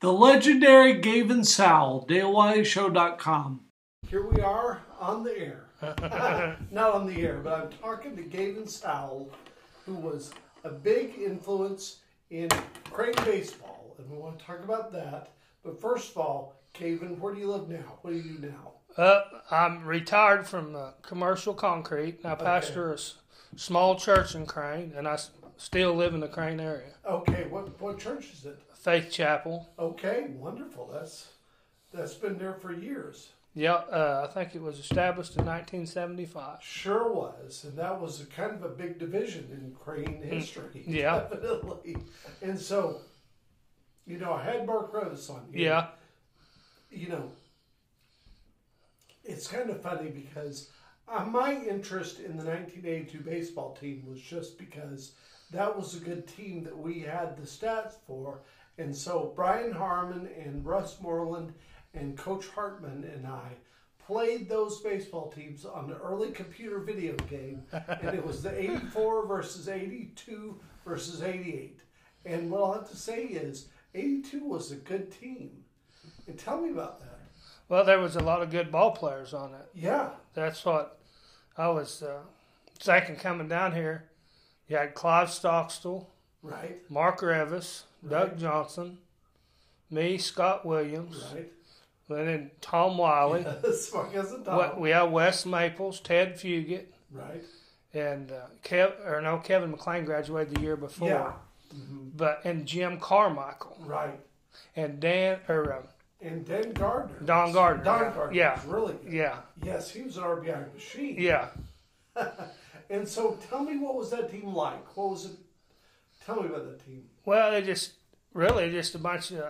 The legendary Gavin Sowell, DaleWileyShow.com. Here we are on the air. Not on the air, but I'm talking to Gavin Sowell, who was a big influence in Crane baseball, and we want to talk about that. But first of all, Gavin, where do you live now? What do you do now? Uh, I'm retired from uh, commercial concrete, and I pastor a s- small church in Crane, and I s- still live in the Crane area. Okay, what what church is it? Faith Chapel. Okay, wonderful. That's that's been there for years. Yeah, uh, I think it was established in 1975. Sure was, and that was a kind of a big division in Crane history. Mm, Yeah. definitely. And so, you know, I had Mark Rose on. here. Yeah, you know, it's kind of funny because uh, my interest in the 1982 baseball team was just because that was a good team that we had the stats for. And so Brian Harmon and Russ Moreland and Coach Hartman and I played those baseball teams on the early computer video game. and it was the 84 versus 82 versus 88. And what I'll have to say is 82 was a good team. And tell me about that. well, there was a lot of good ball players on it. Yeah. That's what I was uh, thinking coming down here. You had Clive Stockstill, Right. Mark Revis, Doug Johnson, me, Scott Williams, Right. and then Tom Wiley. Smart as a What dog. we have Wes Maples, Ted Fugit, Right. and uh, Kev or no Kevin McLean graduated the year before. Yeah. Mm-hmm. But and Jim Carmichael Right. and Dan or uh, And Dan Gardner. Don Gardner. Don Gardner. Yeah. was Really. good. yeah Yes, he was an RBI machine. yeah. And so, tell me, what was that team like? What was it? Tell me about that team. Well, they just really just a bunch of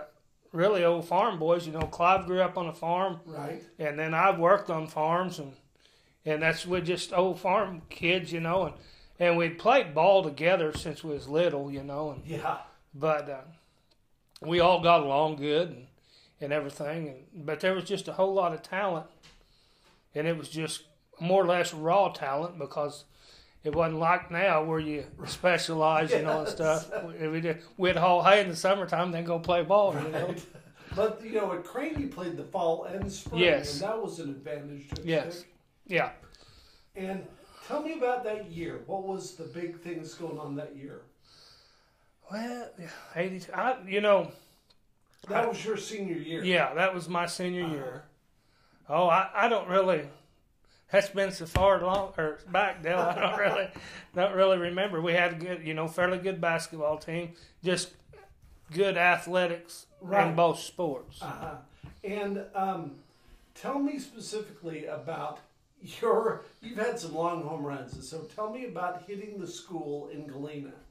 really old farm boys. You know, Clive grew up on a farm, Right. and then I've worked on farms, and and that's we're just old farm kids, you know, and and we'd played ball together since we was little, you know, and Yeah. but uh, we all got along good and, and everything. And but there was just a whole lot of talent, and it was just more or less raw talent because it wasn't like now where you specialize, you know, and stuff. We, we did, we'd haul hay in the summertime, then go play ball. You know? But you know, at Crane, you played the fall and spring, Yes. and that was an advantage. To Yes, yeah. And tell me about that year. What was the big things going on that year? Well, eighty. I, you know, That was your senior year. yeah, that was my senior year. Oh, I, I don't really. That's been so far long or back, Dale. I don't really, don't really remember. We had a good, you know, fairly good basketball team. Just good athletics Right. in both sports. Uh-huh. And um, tell me specifically about your. You've had some long home runs, and so tell me about hitting the school in Galena.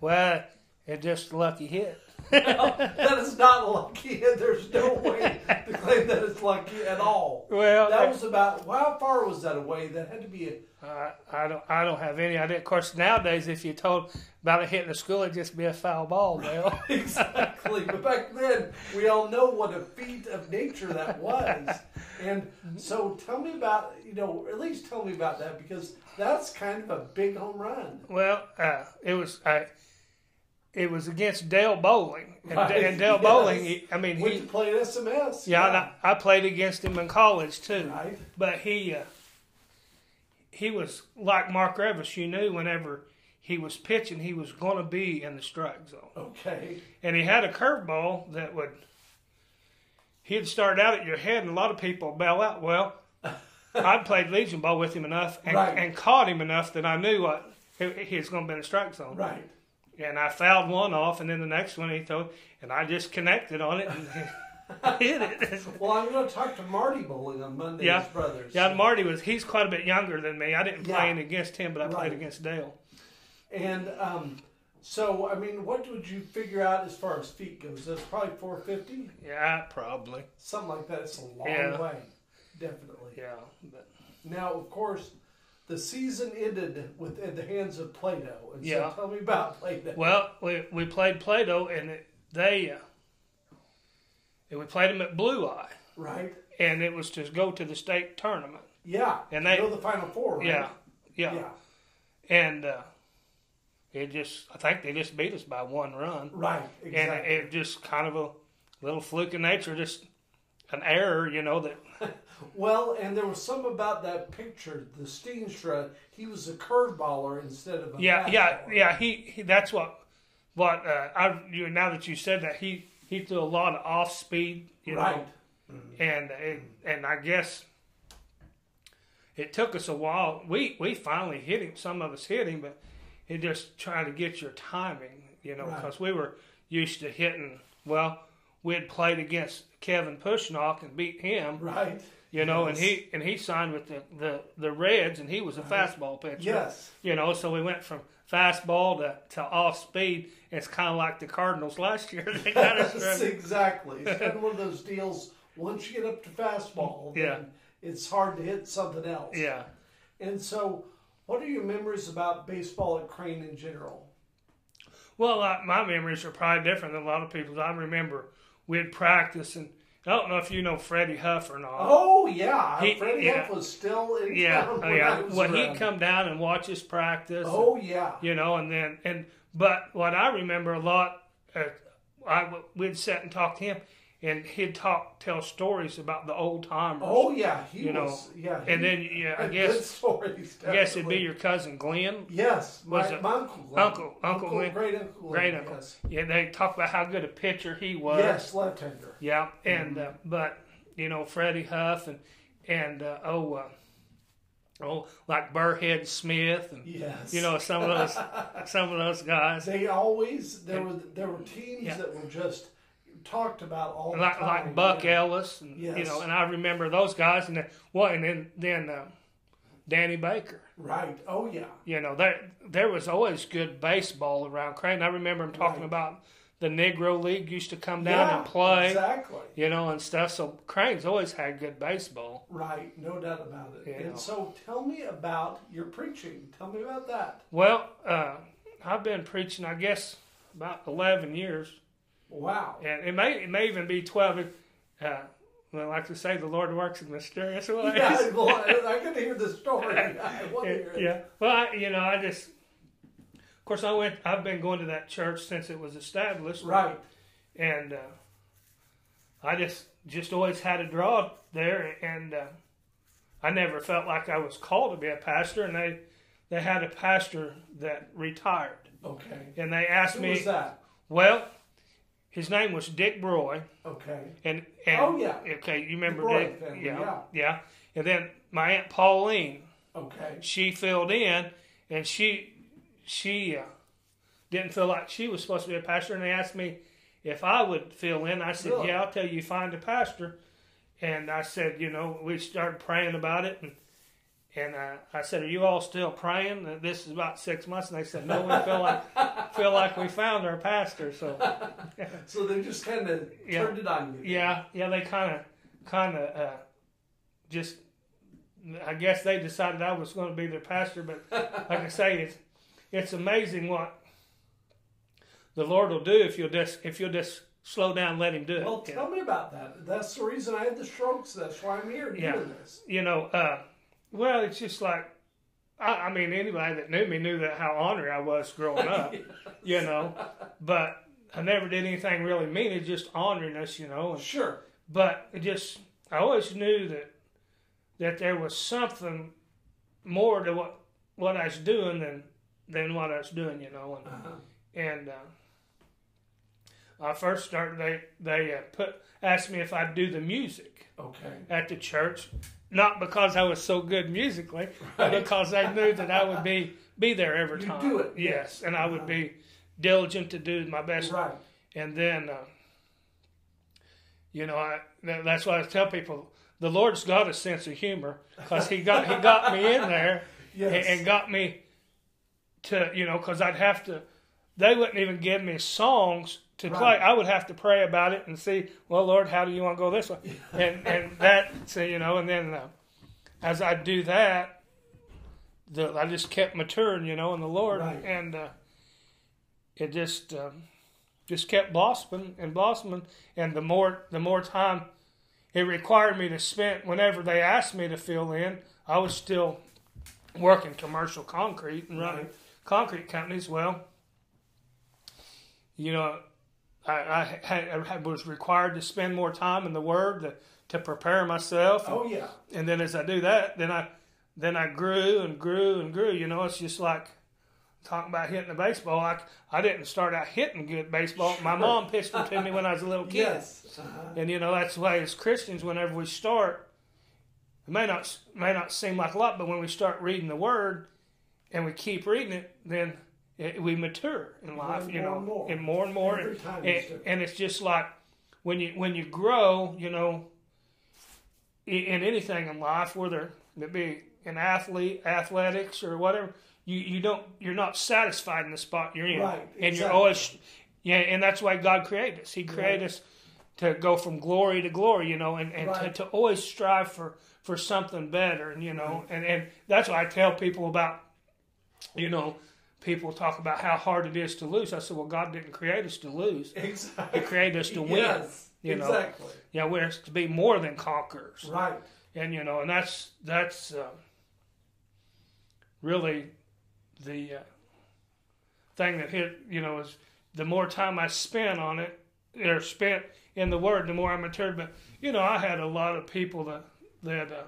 Well, it just a lucky hit. that is not lucky. There's no way to claim that it's lucky at all. Well, that was about how far was that away? That had to be. A, I, I don't, I don't have any idea. Of course, nowadays, if you told about it hitting the school, it'd just be a foul ball, Dale. exactly. but back then, we all know what a feat of nature that was. And so, tell me about you know at least tell me about that because that's kind of a big home run. Well, uh, it was uh, it was against Dale Bowling, and, Right, and Dale yes. Bowling. he- I mean, We he, played SMS. yeah, and I, I played against him in college too. Right. But he uh, he was like Mark Revis. You knew whenever he was pitching, he was going to be in the strike zone, Okay. and he had a curveball that would he'd start out at your head, and a lot of people bail out. Well. I played Legion ball with him enough and, Right. and caught him enough that I knew what he, he was going to be in the strike zone. Right. And I fouled one off, and then the next one he threw, and I just connected on it and hit it. Well, I'm going to talk to Marty Bowling on Monday. Yeah. His brothers. Yeah, and Marty was, he's quite a bit younger than me. I didn't play Yeah. in against him, but I Right. played against Dale. And um, so, I mean, what would you figure out as far as feet goes? That's probably 450, Yeah, probably. something like that. It's a long Yeah. way, definitely. Yeah. But, Now, of course, the season ended with in the hands of Plato. And Yeah. so, tell me about Plato. well, we, we played Play Doh, and it, they, uh, and we played them at Blue Eye, Right? and it was to go to the state tournament. Yeah. And they- you know the final four. Right? Yeah. Yeah. Yeah. And uh, it just, I think they just beat us by one run. Right. Exactly. and it just kind of a little fluke of nature, just an error, you know, that Well, and there was some about that picture, the Steenstrad. He was a curveballer instead of a yeah, yeah, fastballer. yeah. He, he that's what what uh, I you now that you said that he he threw a lot of off speed, you right. know, and and and I guess it took us a while. We we finally hit him. Some of us hit him, but it just trying to get your timing, you know, Right. because we were used to hitting. Well, we had played against Kevin Pushnock and beat him, Right. you know, and Yes. Uh-huh. he and he signed with the the the Reds, and he was a fastball pitcher. Yes. You know, so we went from fastball to, to off speed. It's kind of like the Cardinals last year. They got us Yes, running. exactly. It's kind of one of those deals. Once you get up to fastball, Yeah. then it's hard to hit something else. Yeah. And so, what are your memories about baseball at Crane in general? Well, uh, my memories are probably different than a lot of people's. I remember we'd practice, and I don't know if you know Freddie Huff or not. Oh yeah, He- Freddie yeah. Huff was still in yeah, town oh, when yeah. I was Well, around. he'd come down and watch us practice. Oh yeah, you know, and then and but what I remember a lot, uh, I w- we'd sit and talk to him, and he'd talk tell stories about the old timers. oh yeah. He You know, was yeah. and he then yeah, I had guess good stories. I guess it'd be definitely. your cousin Glenn. yes, my, was it- my uncle, Glenn. Uncle- Uncle Glenn. great uncle, Glenn, Great uncle. Yes, Yeah, they talk about how good a pitcher he was. yes Mm-hmm. left-hander. Yeah, and uh, but you know Freddie Huff and and uh, oh uh, oh like Burhead Smith and Yes, you know some of those some of those guys they always there And- were there were teams Yeah. that were just talked about all like the time. like Buck yeah. Ellis and you Yes. know and I remember those guys and then, well and then then uh, Danny Baker. Right. Oh yeah. you know there there was always good baseball around Crane. I remember him talking Right. about the Negro League used to come down yeah, and play, exactly. you know, and stuff. So Crane's always had good baseball. Right, no doubt about it. Yeah. And so tell me about your preaching. Tell me about that. Well, uh, I've been preaching, I guess, about eleven years, Wow. and it may it may even be twelve. Uh, well, like to say, the Lord works in mysterious ways. Yeah, I- well, I, I can hear the story. I want to hear it. Eh, yeah. Well, I, you know, I just, of course, I went. I've been going to that church since it was established. Right. and uh, I just just always had a draw there, and uh, I never felt like I was called to be a pastor. And they they had a pastor that retired, Okay. and they asked Who me, was that? well, his name was Dick Broy, Okay. and, and Oh, yeah. okay, you remember Broy Dick, family, yeah, yeah. yeah, and then my aunt Pauline, Okay. she filled in, and she she uh, didn't feel like she was supposed to be a pastor, and they asked me if I would fill in. I said, Really? "Yeah, I'll tell you, find a pastor." And I said, you know, we started praying about it, and and uh, I said, "Are you all still praying?" Uh, This is about six months, and they said, "No, we feel like feel like we found our pastor." So So they just kind of Yeah. turned it on you. yeah, yeah, they kind of kind of uh, just. I guess they decided I was going to be their pastor, but like I say, it's it's amazing what the Lord will do if you'll just if you'll just slow down, and let Him do it. Well, you tell know, me about that. That's the reason I had the strokes. That's why I'm here Yeah. doing this. You know, uh, well, it's just like I, I mean, anybody that knew me knew that how honored I was growing up. You know, but I never did anything really mean. It's just honoring us, you know. and- Sure. but it just I always knew that that there was something more to what what I was doing than than what I was doing, you know. And Uh-huh. and uh, I first started they they uh, put asked me if I'd do the music Okay. at the church, not because I was so good musically, but because they knew that I would be be there every You'd time. do it, yes, yes. and I would be diligent to do my best Right. and then, uh, you know, I, that, that's why I tell people the Lord's got a sense of humor because he got he got me in there Yes. and, and got me to you know because I'd have to. They wouldn't even give me songs to play. Right. I would have to pray about it and see. Well, Lord, how do you want to go this way? and and that so you know, and then uh, as I do that, the, I just kept maturing, you know, in the Lord, Right. and uh, it just. Um, just kept blossoming and blossoming and the more the more time it required me to spend whenever they asked me to fill in i was still working commercial concrete and running Right. concrete companies well you know I, I, had, I was required to spend more time in the Word to, to prepare myself. Oh yeah. and then as I do that, then I then I grew and grew and grew. You know, it's just like talking about hitting the baseball. I, I didn't start out hitting good baseball. My mom pitched them to me when I was a little kid. Yes. Uh-huh. And you know that's why as Christians, whenever we start, it may not may not seem like a lot, but when we start reading the Word, and we keep reading it, then it, we mature in More life. and you more know, and more. and more and more. Every and, time and, it's different. and it's just like when you when you grow, you know, i- in anything in life, whether it be an athlete, athletics, or whatever, you you don't you're not satisfied in the spot you're in, Right, and you're exactly. always yeah, and that's why God created us. He created Right. us to go from glory to glory, you know, and, and Right. to, to always strive for, for something better, and you know, and, and that's why I tell people about, you know, people talk about how hard it is to lose. I said, well, God didn't create us to lose; Exactly. He created us to win. Yes. you know. exactly. Yeah, we're to be more than conquerors, Right. and you know, and that's that's uh, really the uh, thing that hit. You know, is the more time I spent on it or spent in the Word, the more I matured. But you know, I had a lot of people that that uh,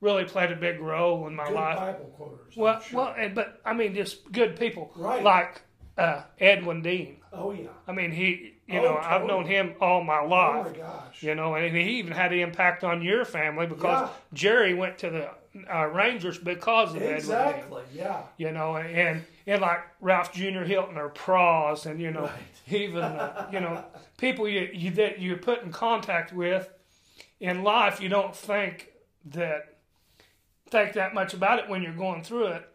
really played a big role in my Good life. Bible quoters. I'm Well, sure. well, and, but I mean, just good people Right. like uh, Edwin Dean. Oh yeah. I mean, he, you Oh, know, I've totally. known him all my Oh life. my gosh. You know, and he even had an impact on your family because Yeah. Jerry went to the uh, Rangers because of Edwin. Dean. Exactly. Yeah. You know, and and like Ralph Junior Hilton or Proz, and you know, Right. even uh, you know people you, you that you put in contact with in life, you don't think that think that much about it when you're going through it,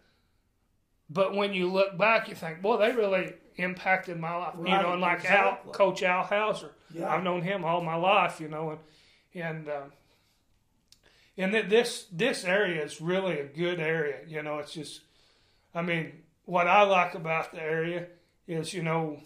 but when you look back, you think, boy, they really impacted my life. you Right, know, and like Al, exactly. Coach Al Hauser, Yeah. I've known him all my life. You know, and and. Um, and that this this area is really a good area. You know, it's just, I mean, what I like about the area is you know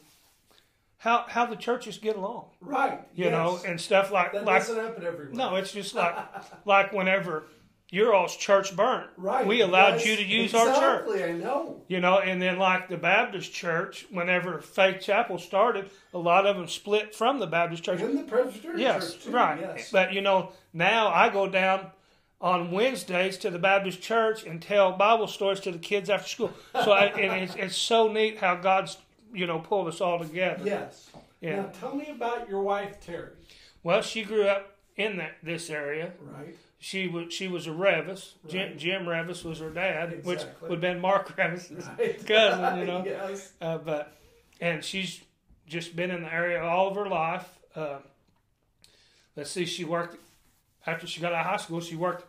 how how the churches get along. Right. You yes. know, and stuff like that like doesn't happen everywhere. no, it's just like like whenever your all's church burnt, Right. We allowed yes, you to use exactly, our church. I know. You know, and then like the Baptist church, whenever Faith Chapel started, a lot of them split from the Baptist church. In the Presbyterian Yes, church too. right. Yes. But you know, now I go down on Wednesdays to the Baptist church and tell Bible stories to the kids after school. So I, and it's, it's so neat how God's you know pulled us all together. Yes. Yeah. Now tell me about your wife Terry. Well, she grew up in that this area. Right. She was she was a Revis. Jim, Right. Jim Revis was her dad, which Exactly. would have been Mark Revis's Right. cousin. You know. yes. Uh, but and she's just been in the area all of her life. Um, let's see, she worked after she got out of high school. She worked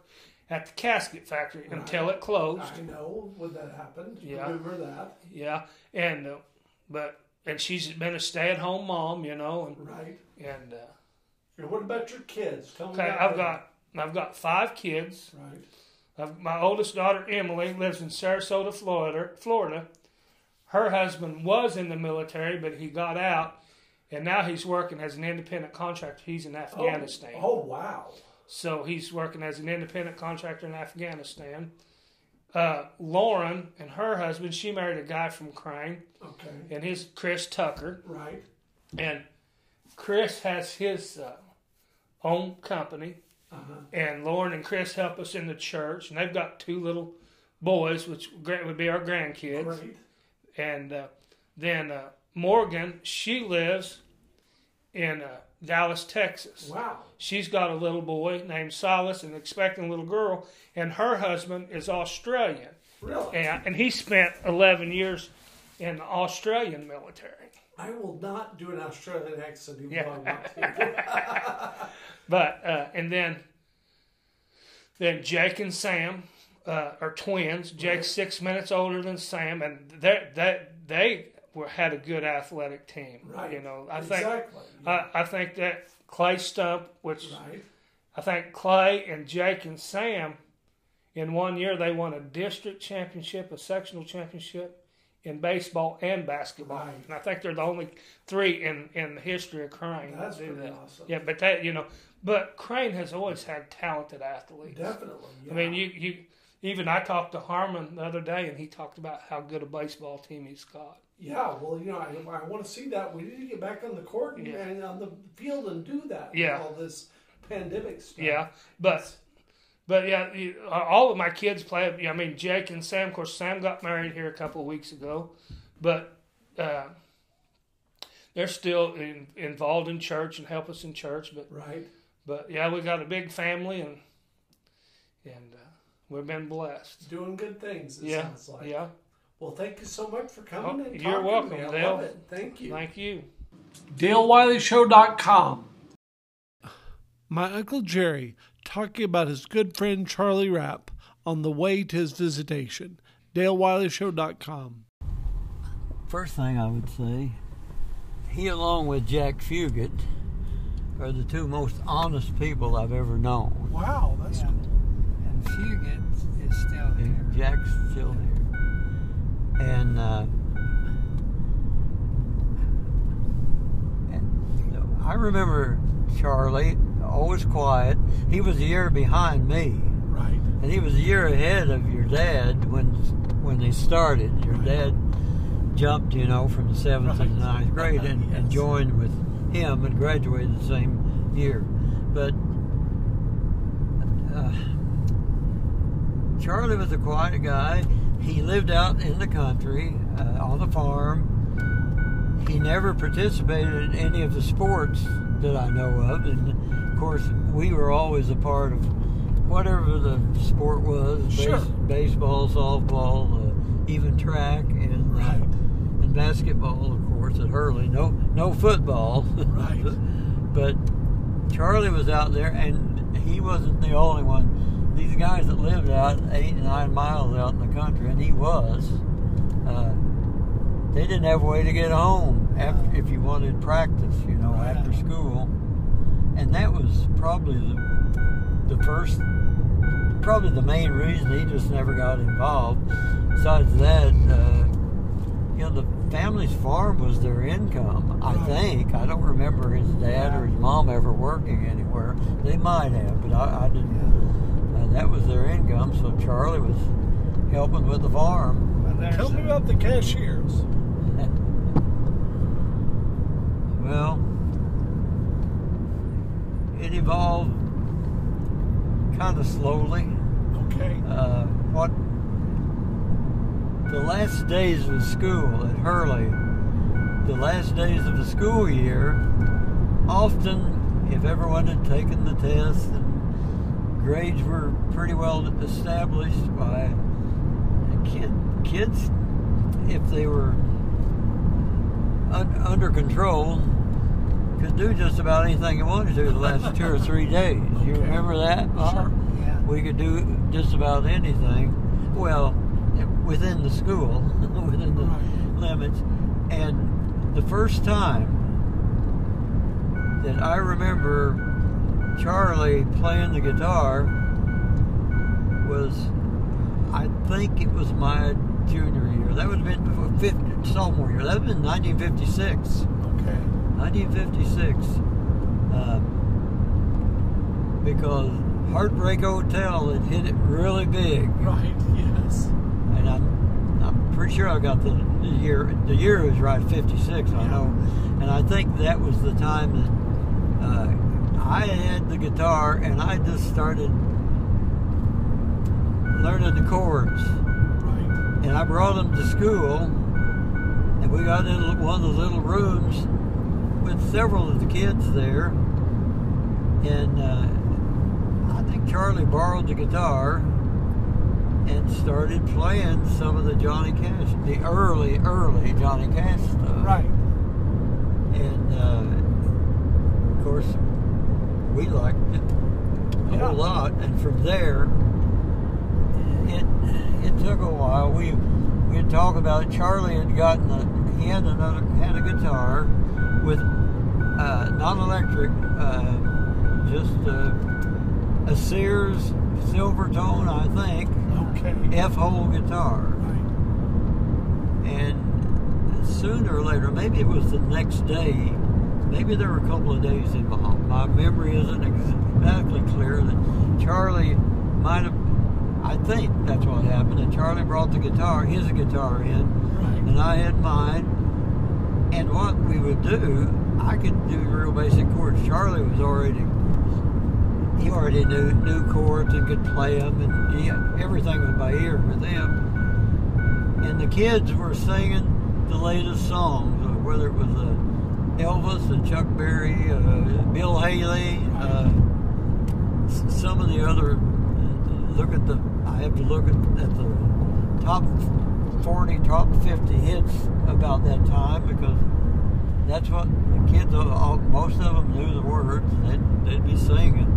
at the casket factory Right. until it closed. I know when that happened. Yeah. Remember that. Yeah, and uh, but and she's been a stay-at-home mom, you know, Right. and and uh, And what about your kids? Tell me okay, about I've them. got I've got five kids. Right. I've, Uh, my oldest daughter Emily lives in Sarasota, Florida. Florida. Her husband was in the military, but he got out, and now he's working as an independent contractor. He's in Oh, Afghanistan, Oh, wow. so he's working as an independent contractor in Afghanistan. Uh, Lauren and her husband, she married a guy from Crane, Okay. and his Chris Tucker. Right. And Chris has his uh, own company, Uh-huh. and Lauren and Chris help us in the church, and they've got two little boys, which gra- would be our grandkids. Great. And uh, then uh, Morgan, she lives in uh, Dallas, Texas. Wow. She's got a little boy named Silas and expecting a little girl, and her husband is Australian, Really? and, and he spent 11 years in the Australian military. I will not do an Australian accent even Yeah. if I want to. But uh, and then then Jake and Sam uh, are twins. Jake's six minutes older than Sam, and they they they were had a good athletic team. Right. You know, I think exactly. I, I think that Clay Stump, which right. I think Clay and Jake and Sam, in one year they won a district championship, a sectional championship. In baseball and basketball, Right. and I think they're the only three in, in the history of Crane That's that do pretty that. awesome. Yeah, but that you know, but Crane has always had talented athletes. Definitely. Yeah. I mean, you you Even I talked to Harmon the other day, and he talked about how good a baseball team he's got. Yeah, well, you know, I, I want to see that. We need to get back on the court and, Yeah. and on the field and do that. with Yeah. all this pandemic stuff. Yeah, but but yeah, you- uh, all of my kids play. I mean, Jake and Sam. Of course, Sam got married here a couple of weeks ago, but uh, they're still in, involved in church and help us in church. But Right. but yeah, we got a big family and and uh, we've been blessed. Doing good things. It yeah, sounds like. yeah. Well, thank you so much for coming. Oh, and you're talking to me. welcome, I love Dale. it. Thank you. Thank you. DaleWileyShow.com. My Uncle Jerry talking about his good friend Charlie Rapp on the way to his visitation. DaleWileyShow.com. First thing I would say, he along with Jack Fugit are the two most honest people I've ever known. Wow, that's Yeah. And Fugit is still And here. Jack's still here. And, uh, and, you know, I remember Charlie, always quiet. He was a year behind me, right. and he was a year ahead of your dad when when they started. Your dad jumped, you know, from the seventh to the Right. ninth grade and, and Yes. joined with him and graduated the same year. But uh, Charlie was a quiet guy. He lived out in the country uh, on the farm. He never participated in any of the sports that I know of, and of course, we were always a part of whatever the sport was Sure. baseball, softball, uh, even track, and uh, Right. and basketball, of course, at Hurley. No, no football. Right. but Charlie was out there, and he wasn't the only one. These guys that lived out eight and nine miles out in the country, and he was. Uh, they didn't have a way to get home after, if you wanted practice, you know, Right. after school. And that was probably the, the first, probably the main reason he just never got involved. Besides that, uh, you know, the family's farm was their income, I Right. think. I don't remember his dad or his mom ever working anywhere. They might have, but I, I didn't. Uh, that was their income, so Charlie was helping with the farm. Well, there's Tell me a- about the cashiers. Well, it evolved kind of slowly. Okay. Uh, what the last days of school at Hurley, the last days of the school year, often if everyone had taken the test and grades were pretty well established by kid, kids, if they were un, under control, could do just about anything they wanted to the last two or three days. You Okay. remember that? Ma? Sure. Yeah. We could do just about anything. Well, within the school, within the Right. limits. And the first time that I remember Charlie playing the guitar was, I think it was my junior year. That would have been before- fifth, sophomore year. That would have been 1956. Okay. 1956, um, because Heartbreak Hotel had hit it really big, Right. Yes. and I'm I'm pretty sure I got the, the year. The year was right, 56. I know, and I think that was the time that uh, I had the guitar and I just started learning the chords Right. and I brought them to school, and we got in one of the little rooms with several of the kids there, and uh, I think Charlie borrowed the guitar and started playing some of the Johnny Cash, the early, early Johnny Cash stuff. Right. And uh, of course, we liked it a Yeah. whole lot. And from there, it it took a while. We we'd talk about it. Charlie had gotten a he had another had a guitar with uh, non-electric, uh, just a, a Sears silver tone, I think, Okay. F hole guitar Right. and sooner or later, maybe it was the next day, maybe there were a couple of days involved. My memory isn't exactly clear that Charlie might have. I I think that's what happened. And Charlie brought the guitar, his guitar in, Right. and I had mine. And what we would do, I could do real basic chords. Charlie was already, he already knew knew chords and could play them, and he, everything was by ear with them. And the kids were singing the latest songs, uh, whether it was uh, Elvis and Chuck Berry, uh, Bill Haley. Uh, s- some of the other uh, look at the I have to look at, at the top 40 top 50 hits about that time because that's what the kids uh, all, most of them knew the words and they'd, they'd be singing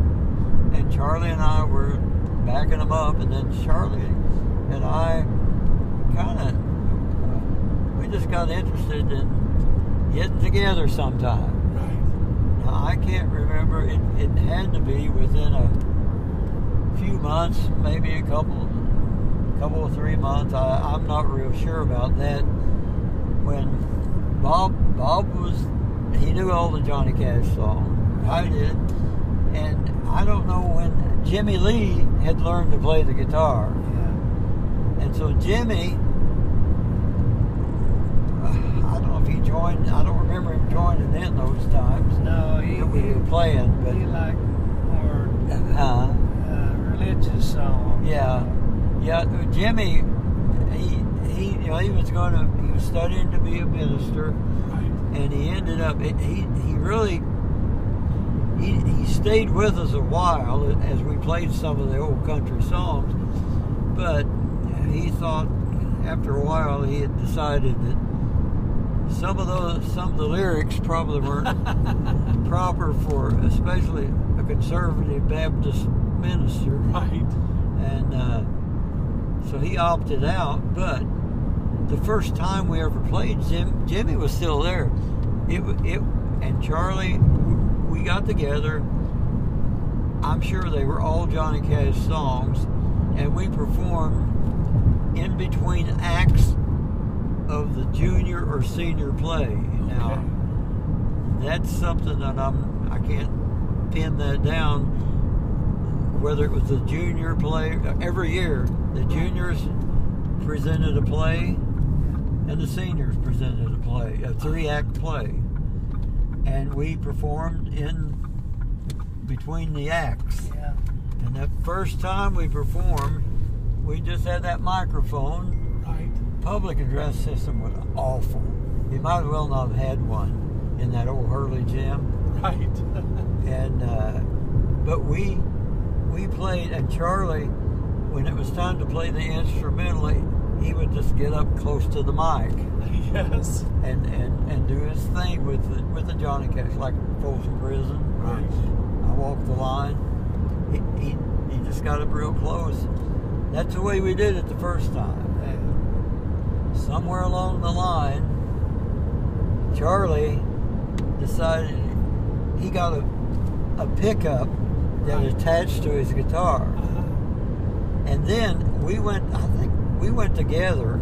and Charlie and I were backing them up and then Charlie and I kind of we just got interested in getting together sometime Right. now, I can't remember. It, it had to be within a few months, maybe a couple, couple of three months. I, I'm not real sure about that. When Bob Bob was, he knew all the Johnny Cash songs. I did, and I don't know when Jimmy Lee had learned to play the guitar. Yeah. And so Jimmy, uh, I don't know if he joined. I don't remember him joining in those times No, he, that we he, were playing, he but liked more uh, uh, religious songs. yeah, yeah. Jimmy, he he, you know, he was going to he was studying to be a minister, Right. and he ended up it, he he really he he stayed with us a while as we played some of the old country songs, but he thought after a while he had decided that some of those some of the lyrics probably weren't proper for especially a conservative Baptist minister. Right. And uh, so he opted out. But the first time we ever played, Jim, Jimmy was still there. It, wa- it and Charlie, we got together. I'm sure they were all Johnny Cash songs, and we performed in between acts of the junior or senior play. Now Okay. that's something that I'm I can't pin that down. Whether it was the junior play every year, the juniors presented a play, and the seniors presented a play, a three-act play, and we performed in between the acts. Yeah. And that first time we performed, we just had that microphone Right. public address system was awful. You might as well not have had one in that old Hurley gym. Right. And uh, but we we played, and Charlie, when it was time to play the instrumental, he- he would just get up close to the mic yes. and, and, and do his thing with the, with the Johnny Cash, like Folsom Prison. or Right. I walked the line. He, he, he just got up real close. That's the way we did it the first time Yeah. somewhere along the line, Charlie decided he got a, a pickup that attached to his guitar. Uh, And then we went, I think we went together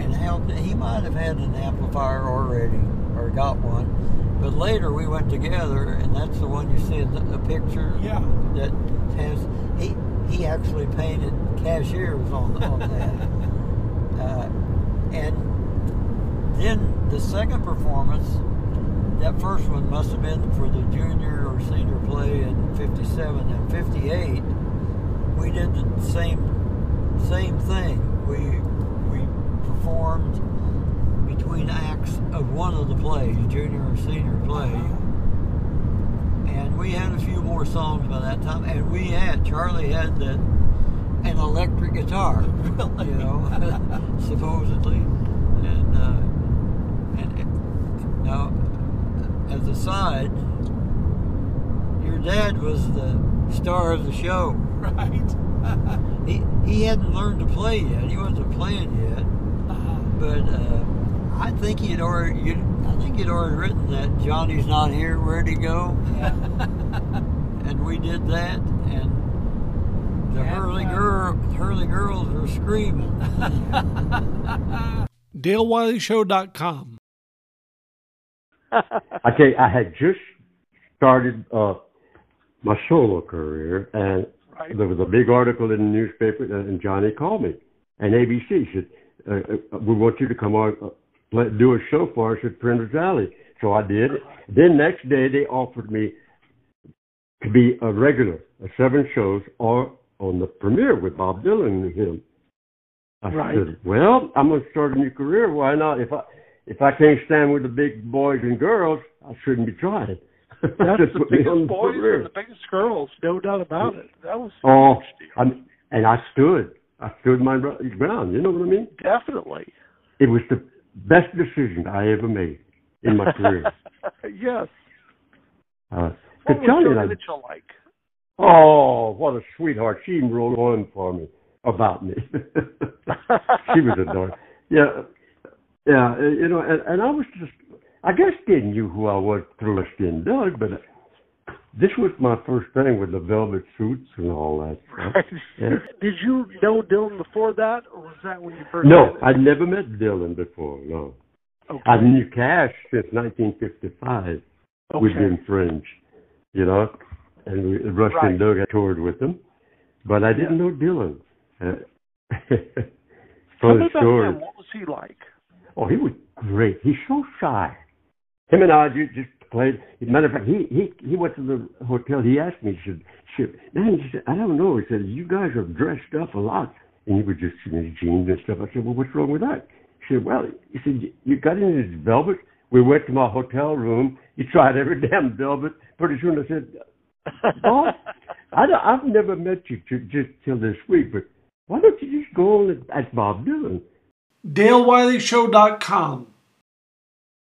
and held, he might have had an amplifier already or got one. But later we went together, and that's the one you see in the, the picture yeah. that has he he actually painted cashiers on on that. uh, and then the second performance, that first one must have been for the junior or senior play in '57 and '58. We did the same same thing. We we performed between acts of one of the plays, junior or senior play. And we had a few more songs by that time. And we had, Charlie had the, an electric guitar, you know, supposedly. And, uh, and it- now, as a side, your dad was the star of the show. Right. He, he hadn't learned to play yet. He wasn't playing yet. Uh-huh. But uh, I think he'd already, you I think he'd already written that Johnny's not here. Where'd he go? and we did that, and the Yeah. Hurley girl, Hurley girls were screaming. DaleWileyShow.com. I tell you, I had just started uh, my solo career, and Right. there was a big article in the newspaper, uh, and Johnny called me, and ABC said, uh, uh, "We want you to come on, uh, play, do a show for us at Printer's Alley." So I did. Then next day they offered me to be a regular, uh, seven shows, or on the premiere with Bob Dylan and him. I Right. said, "Well, I'm going to start a new career. Why not? If I if I can't stand with the big boys and girls, I shouldn't be trying." That's Just the put me on biggest the boys premiere. and the biggest girls, no doubt about it. That was a Oh, huge deal. I'm, and I stood. I stood my gro- ground. You know what I mean? Definitely. It was the best decision I ever made in my career. yes. Uh, What to was Johnny Johnny and I, Mitchell like? oh, what a sweetheart. She even wrote on for me about me. she was a darling. Yeah, yeah. uh, You know, and, and I was just, I guess they knew who I was through a skin dog, but this was my first thing with the velvet suits and all that. stuff. Right. Yeah. Did you know Dylan before that, or was that when you first? No, met him? I'd never met Dylan before. No, Okay. I knew Cash since 1955. We've Okay. been friends, you know, and we, Rusty Right. and Doug. I toured with them, but I didn't know Dylan. Uh, Tell funny me about story. him. What was he like? Oh, he was great. He's so shy. Him and I ju- just played. As a matter of fact, he he he went to the hotel. He asked me, he said, "Shoot, man," he said, "I don't know." He said, "You guys are dressed up a lot," and he was just in his jeans and stuff. I said, "Well, what's wrong with that?" He said, "Well," he said, "you- "You got in this velvet." We went to my hotel room. You tried every damn velvet. Pretty soon I said, "Boss, I don't, I've never met you to, just till this week, but why don't you just go on at Bob Dylan?" DaleWileyShow.com.